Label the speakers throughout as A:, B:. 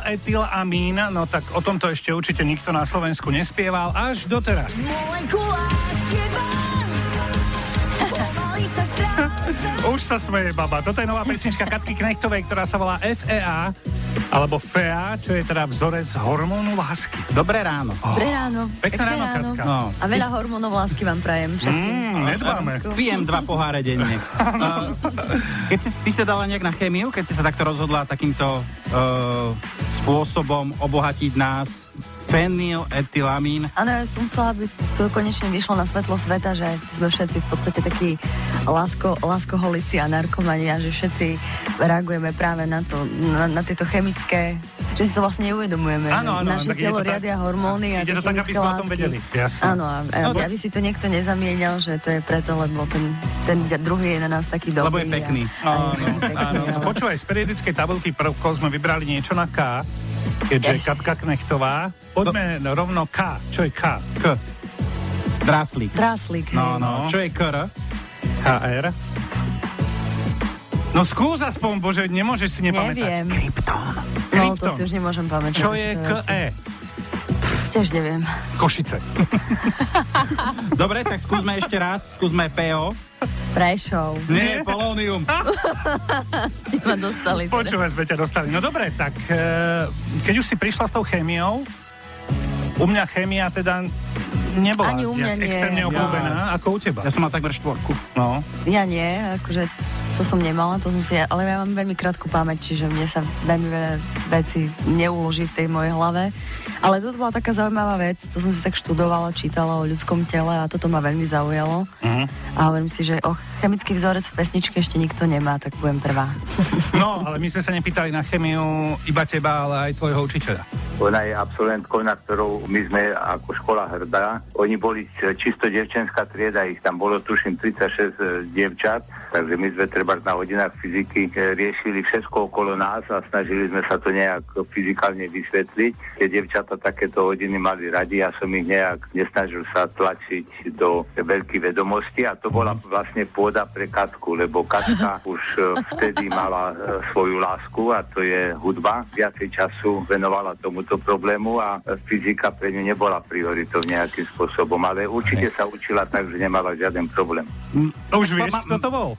A: Fenyletylamín, no tak o tomto ešte určite nikto na Slovensku nespieval až doteraz.
B: Molekulách teba pomaly sa stráca.
A: Už sa smeje baba. Toto je nová pesnička Katky Knechtovej, ktorá sa volá FEA, alebo FEA, čo je teda vzorec hormónu lásky.
C: Dobré ráno.
B: Dobré ráno.
A: Pekné ráno, Katka.
C: No.
B: A veľa hormónov lásky vám prajem všetkým.
A: Mm, nedbáme.
C: Pijem dva poháre denne. Uh, keď si, ty sa dala nejak na chémiu, keď si sa takto rozhodla takýmto uh, spôsobom obohatiť nás fenyletylamín.
B: Áno, ja som chcela, aby to konečne vyšlo na svetlo sveta, že sme všetci v podstate takí lásko, láskoholici a narkomani a že všetci reagujeme práve na, to, na, na tieto chemické, že si to vlastne neuvedomujeme.
A: Áno, áno,
B: Naše
A: tak ide to
B: telo
A: tak-
B: riadia hormóny a
A: ide
B: tie
A: to tak, aby sme
B: chemické
A: o
B: látky.
A: tom vedeli, jasne.
B: Áno, a, a
C: No, tak-
B: aby si to niekto nezamienil, že to je preto, lebo ten, ten druhý je na nás taký dobrý.
C: Lebo je pekný.
B: A, a je pekný,
A: Áno, No,
B: ale-
A: počúvaj, z periodickej tabulky prvkov sme vybrali niečo na K, keďže
B: Jež.
A: Katka Knechtová. Poďme rovno K. Čo je K? K.
C: Draslík.
B: Tráslík. hej.
C: No, no. Čo je kr?
A: KR. No skús aspoň, bože, nemôžeš si nepamätať.
B: Neviem.
A: Krypton.
B: No, to
A: Krypton.
B: si už nemôžem pamätať.
A: Čo je E?
B: To
A: KE?
B: Tiež neviem.
A: Košice.
C: Dobre, tak skúsme ešte raz. Skúsme PO.
B: Prešov.
C: Nie, polónium.
B: Ste ma dostali. teda.
A: Počúvaj, sme ťa dostali. No dobre, tak e, keď už si prišla s tou chémiou, u mňa chémia teda nebola
B: Ani u mňa
A: nejak
B: nie.
A: extrémne
C: Ja.
A: obľúbená, ako u teba.
C: Ja som mal takmer štvorku.
A: No,
B: Ja nie, akože to som nemala, to som si, ale ja mám veľmi krátku pamäť, čiže mne sa veľmi veľa vecí neuloží v tej mojej hlave. Ale toto bola taká zaujímavá vec, to som si tak študovala, čítala o ľudskom tele a toto ma veľmi zaujalo.
A: Mhm.
B: A hovorím si, že o chemický vzorec v pesničke ešte nikto nemá, tak budem prvá.
A: no, ale my sme sa nepýtali na chémiu iba teba, ale aj tvojho učiteľa.
D: Ona je absolventkou, na ktorou my sme ako škola hrdá. Oni boli e, čisto devčenská trieda, ich tam bolo tuším 36 e, dievčat, takže my sme treba na hodinách fyziky e, riešili všetko okolo nás a snažili sme sa to nejak fyzikálne vysvetliť. Tie dievčata takéto hodiny mali radi, ja som ich nejak nesnažil sa tlačiť do veľkých vedomostí a to bola vlastne pôda pre Katku, lebo Katka už e, vtedy mala e, svoju lásku a to je hudba. Viacej času venovala tomuto problému a e, fyzika pre ňu nebola prioritou nejakým spôsobom, ale určite sa učila tak, že nemala žiaden problém.
A: Už vieš, kto to bol?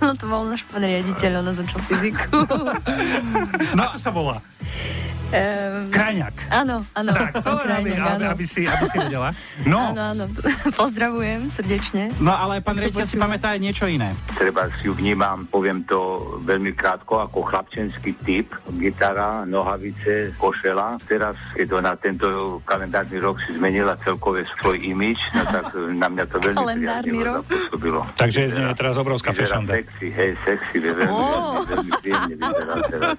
B: No to bol náš pán riaditeľ, ona začal fyziku.
A: No, ako sa volá?
B: Ehm,
A: Kraňak.
B: Áno, áno.
A: Tak, to len aby,
B: Krajňák,
A: aby,
B: áno.
A: aby, si, aby si vedela. No,
B: Áno, áno. Pozdravujem srdečne.
C: No ale pán riaditeľ si pamätá aj niečo iné.
D: Treba si ju vnímam, poviem to veľmi krátko, ako chlapčenský typ. Gitara, nohavice, košela. Teraz, keď ona tento kalendárny rok si zmenila celkové svoj imič, no tak e, na mňa to veľmi
B: Kalendárny
D: priaznivo
B: rok?
D: zapôsobilo.
A: takže z nej je teraz obrovská
D: Vyzerá
A: fešanda.
D: sexy, hej, sexy, vie, veľmi,
B: Ó.
D: veľmi, veľmi príjemne vyzerá teraz.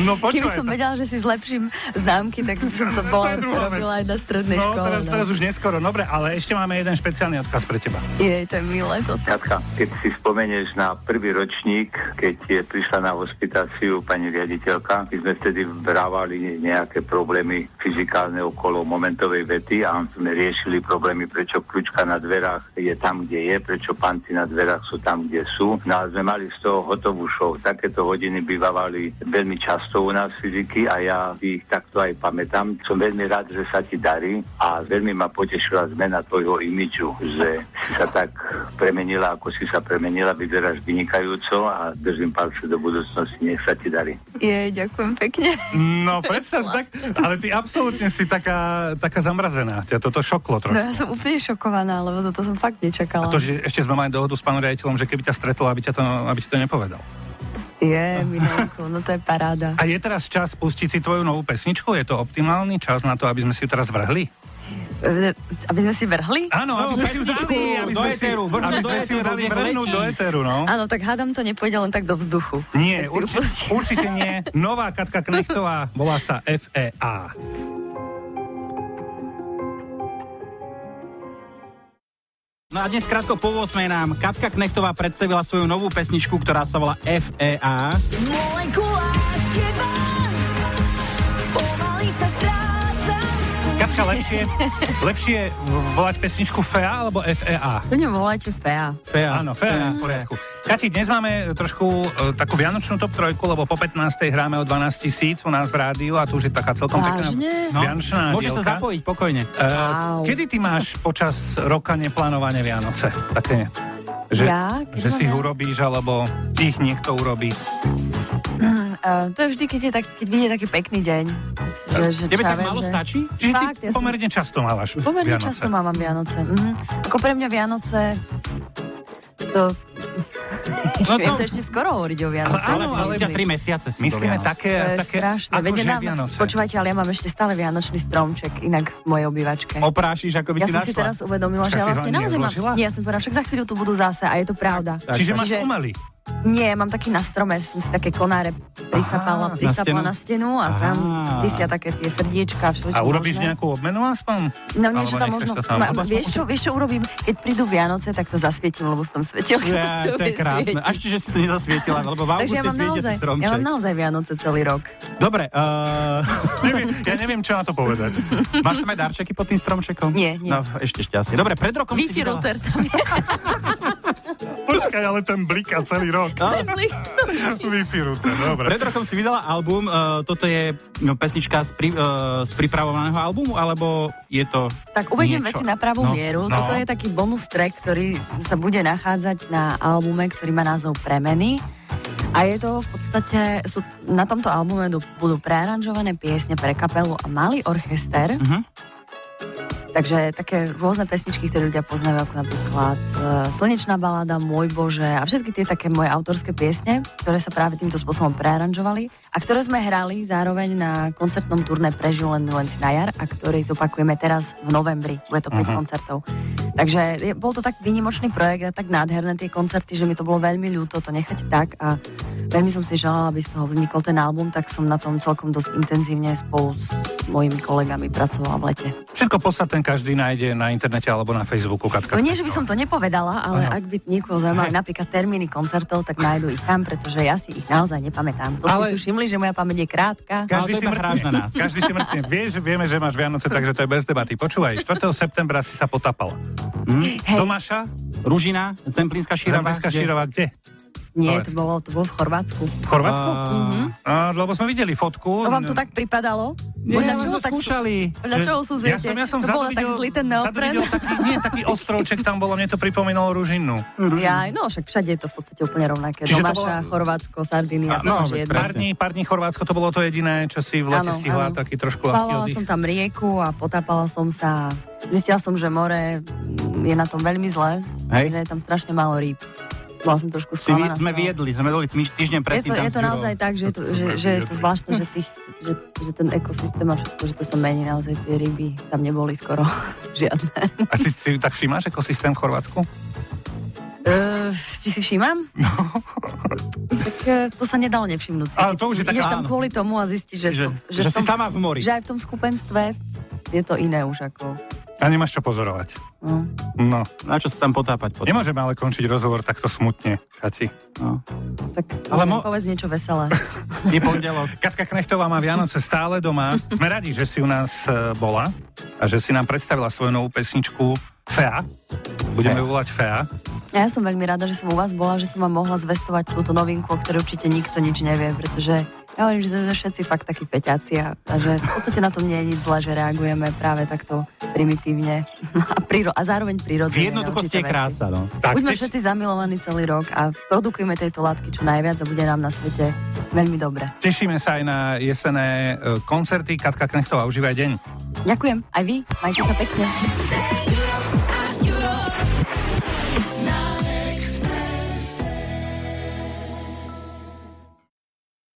A: No,
B: Keby
A: počúvaj.
B: som
A: to-
B: vedela, že si zlepším známky, tak by som to
A: No,
B: bola
A: je druhá
B: robila
A: vec.
B: aj na strednej
A: No,
B: škole.
A: teraz, teraz už neskoro. Dobre, ale ešte máme jeden špeciálny odkaz pre teba.
B: Jej, to je milé toto.
D: Katka, keď si spomenieš na prvý ročník, keď je prišla na hospitáciu pani riaditeľka, my sme vtedy brávali nejaké problémy fyzikálne okolo momentovej vety a sme riešili problémy, prečo kľúčka na dverách je tam, kde je, prečo panty na dverách sú tam, kde sú. No a sme mali z toho hotovú show. Takéto hodiny bývali veľmi často u nás fyziky a ja ich takto aj pamätám. Som veľmi rád, že sa ti darí a veľmi ma potešila zmena tvojho imidžu, že si sa tak premenila, ako si sa premenila, vyzeráš vynikajúco a držím palce do budúcnosti, nech sa ti darí.
B: Jej, ďakujem pekne.
A: No, predstav si tak, ale ty absolútne si taká, taká zamrazená. Ťa toto šoklo
B: No
A: trošku.
B: ja som úplne šokovaná, lebo toto som fakt
A: A
B: nečakala.
A: to, že ešte sme mali dohodu s pánom riaditeľom, že keby ťa stretol, aby, ťa to, aby ti to nepovedal.
B: Je, Milenko, no to je paráda.
A: A je teraz čas pustiť si tvoju novú pesničku? Je to optimálny čas na to, aby sme si ju teraz vrhli?
B: E, Aby sme si vrhli? No.
A: Áno, aby sme si ju
C: pesničku
A: dali, aby
C: do
A: sme
C: éteru,
A: si,
C: vrhnúť
A: aby
C: do
A: sme si ju
C: éteru,
A: dali
C: nech
A: vrhnúť
C: letí.
A: do éteru, no.
B: Áno, tak hádam to nepôjde len tak do vzduchu.
A: Nie,
B: Tak si
A: určite,
B: upustím.
A: určite nie. Nová Katka Knechtová, volá sa E FEA.
C: No a dnes krátko po 8 nám Katka Knechtová predstavila svoju novú pesničku, ktorá sa volá E FEA.
B: Molekulách teba pomaly sa strácam.
A: Katka, lepšie, lepšie volať pesničku FEA alebo FEA?
B: To mňa volajte Fea.
C: FEA.
A: Áno, FEA je v poriadku. Kati, dnes máme trošku e, takú vianočnú top trojku, lebo po 15. hráme o 12 tisíc u nás v rádiu a tu už je taká celkom
B: Vážne?
A: pekná vianočná
C: No, Môžeš
A: dielka.
C: sa zapojiť pokojne.
A: E,
B: Wow.
A: Kedy ty máš počas roka neplánovane Vianoce? Také, že,
B: Ja? Kedy
A: že
B: mám
A: si ich
B: Vianoce?
A: urobíš, alebo ich niekto urobí.
B: Uh, to je vždy, keď, je tak, keď vyjde taký pekný deň. Že, že
C: Tebe
B: čo ja
C: tak
B: viem,
C: málo
B: že-
C: stačí?
A: Čiže
B: Fakt,
A: ty
B: ja som-
A: pomerne často mávaš
B: Pomerne
A: Vianoce.
B: často mávam Vianoce. Mhm. Ako pre mňa Vianoce... To...
C: No
B: No
C: to-
B: to... to ešte skoro hovoriť o Vianoce.
A: Ale áno,
C: ale ťa 3 mesiace sú
A: Myslíme
C: do Vianoc.
A: také,
B: To je
A: také
B: strašné. Veď
A: akože
B: ja mám,
A: Vianoce.
B: počúvajte, ale ja mám ešte stále vianočný stromček, inak v mojej obývačke.
C: Oprášiš, ako by
B: ja
C: si
B: som
C: našla.
B: si teraz uvedomila,
A: Počkaj,
B: že ja
A: si ho
B: vlastne
A: ani
B: naozaj mám...
A: nezložila?
B: Nie, ja som povedala, však za chvíľu tu budú zase a je to pravda.
C: Tak,
A: Čiže
B: tak.
A: máš
B: Čiže-
A: pomaly.
B: Nie, mám taký na strome, som si také konáre pricapala,
C: Aha, na
B: pricapala
C: stenu?
B: na stenu a
C: Aha.
B: tam visia také tie srdiečka.
A: A
B: všetko
A: urobíš
B: možné.
A: nejakú obmenu aspoň?
B: No
A: Alebo
B: niečo tam
A: necháš
B: možno...
A: to tam?
B: Ma,
A: Alebo aspoň-
B: vieš, čo, vieš čo urobím? Keď prídu Vianoce, tak to zasvietím, lebo som tam svetelka.
C: Ja, to je krásne. Až čiže si to nezasvietila, lebo v
B: Takže
C: auguste
B: ja mám,
C: svietiaci
B: naozaj,
C: stromček.
B: ja mám naozaj Vianoce celý rok.
C: Dobre, uh,
A: Neviem, ja neviem, čo na to povedať.
C: máš tam aj darčeky pod tým stromčekom?
B: Nie, nie.
C: No, ešte šťastie. Dobre, pred rokom si
B: Wi-Fi
C: vydala...
B: router tam je.
A: Počkaj, ale ten blika celý rok. Wi-Fi router, dobre.
C: Pred rokom si vydala album, uh, toto je no, pesnička z, pri, uh, z pripravovaného albumu, alebo je to
B: Tak uvediem
C: niečo?
B: veci na pravú
C: no,
B: mieru.
A: no.
B: Toto je taký bonus track, ktorý sa bude nachádzať na albume, ktorý má názov Premeny. A je to v podstate, sú, na tomto albume du- budú prearanžované piesne pre kapelu a malý orchester.
C: Mhm.
B: Takže také rôzne pesničky, ktoré ľudia poznajú, ako napríklad uh, Slnečná balada, Môj Bože a všetky tie také moje autorské piesne, ktoré sa práve týmto spôsobom prearanžovali a ktoré sme hrali zároveň na koncertnom turné Prežil len len si na jar a ktorý zopakujeme teraz v novembri. Bude to
A: Mhm.
B: 5 koncertov. Takže je, bol to tak výnimočný projekt a tak nádherné tie koncerty, že mi to bolo veľmi ľúto to nechať tak a veľmi som si želala, aby z toho vznikol ten album, tak som na tom celkom dosť intenzívne spolu s mojimi kolegami pracovala v lete.
A: Všetko podstatné každý nájde na internete alebo na Facebooku. Katka.
B: No nie, že by som to nepovedala, ale
A: Áno.
B: ak by niekoho zaujímali napríklad termíny koncertov, tak nájdú ich tam, pretože ja si ich naozaj nepamätám. To
A: Ale-
B: ale... ste si všimli, že moja pamäť je krátka.
C: Ka- Ale No, to iba hráš na nás.
A: Každý si mrkne. Vieš, vieme, že máš Vianoce, takže to je bez debaty. Počúvaj, 4. septembra si sa potapala.
B: Hej,
A: Tomáša,
C: Ružina, Zemplínska šírava.
A: Zambeská
C: kde-
A: Šírova, kde?
B: nie,
A: povedz.
B: to bolo, to bolo v Chorvátsku.
A: V Chorvátsku?
C: Eh,
B: Mhm.
A: A, lebo sme videli fotku.
B: To No, vám to tak pripadalo?
C: Nie,
B: Podľa
C: my
B: čoho
C: sme
B: tak-
C: skúšali.
B: Podľa čoho sú
A: Ja
B: zviete?
A: som, ja som
B: to bolo
A: vzadu
B: tak
A: videl-
B: zlý ten
A: vzadu
B: neopren.
A: videl taký, nie, taký ostrovček tam bolo, mne to pripomínalo ružinu.
B: Ja, no však všade je to v podstate úplne rovnaké.
A: Čiže to
B: Domaša,
A: bola-
B: Chorvátsko, Sardinia,
C: A,
B: to
C: no,
B: máš
C: veď
B: jedno.
A: Pár dní, pár dní Chorvátsko, to bolo to jediné, čo si v lete
B: Áno,
A: stihla,
B: áno.
A: taký trošku ľahký
B: Plávala
A: oddych.
B: som tam rieku a potápala som sa. Zistila som, že more mm, je na tom veľmi zle, že
C: Hej.
B: je tam strašne málo rýb. Bola som trošku
C: Si,
B: sklamaná. z
C: sme
B: toho.
C: viedli, sme boli týž- týždeň
B: Je
C: predtým
B: to, je
C: tam
B: to
C: s Jurou.
B: naozaj tak, že je to,
A: To
B: že,
A: sme
B: že je to
A: viedli.
B: zvláštne, že, tých, že, že ten ekosystém a všetko, že to sa mení naozaj, tie ryby tam neboli skoro žiadne.
A: A si, si tak všimáš ekosystém v Chorvátsku?
C: E,
B: Uh, či si všímam? No. Tak eh, to sa nedalo nevšimnúť. si.
A: Ale to už je taká-
B: Ideš tam
C: áno.
B: kvôli tomu a zistíš, že,
C: Že,
B: že, v
C: že, si
B: tom,
C: sama v mori.
B: že aj v tom skupenstve je to iné už ako...
A: A nemáš čo pozorovať.
B: No.
A: No,
C: Na čo sa tam potápať potom?
A: nemôžeme ale končiť rozhovor takto smutne, Kati.
C: No.
B: Tak
C: Ale
B: Ale
C: mo-
B: povedz niečo veselé.
C: Je pondelok.
A: Katka Knechtová má Vianoce stále doma. Sme radi, že si u nás e, bola a že si nám predstavila svoju novú pesničku Fea. Budeme
C: Fea.
A: ju volať Fea.
B: A ja som veľmi rada, že som u vás bola, že som vám mohla zvestovať túto novinku, o ktorej určite nikto nič nevie, pretože ja hovorím, že sme všetci fakt takí peťáci a, a že v podstate na tom nie je nič zle, že reagujeme práve takto primitívne a, priro- a zároveň prirodzene.
C: V
B: na
C: jednoduchosti je
B: určité veci.
C: krása, no.
A: Tak,
B: Buďme
A: tiež-
B: všetci zamilovaní celý rok a produkujme tejto látky čo najviac a bude nám na svete veľmi dobre.
A: tešíme sa aj na jesené e, koncerty. Katka Knechtová, užívaj deň.
B: Ďakujem aj vy, majte sa pekne.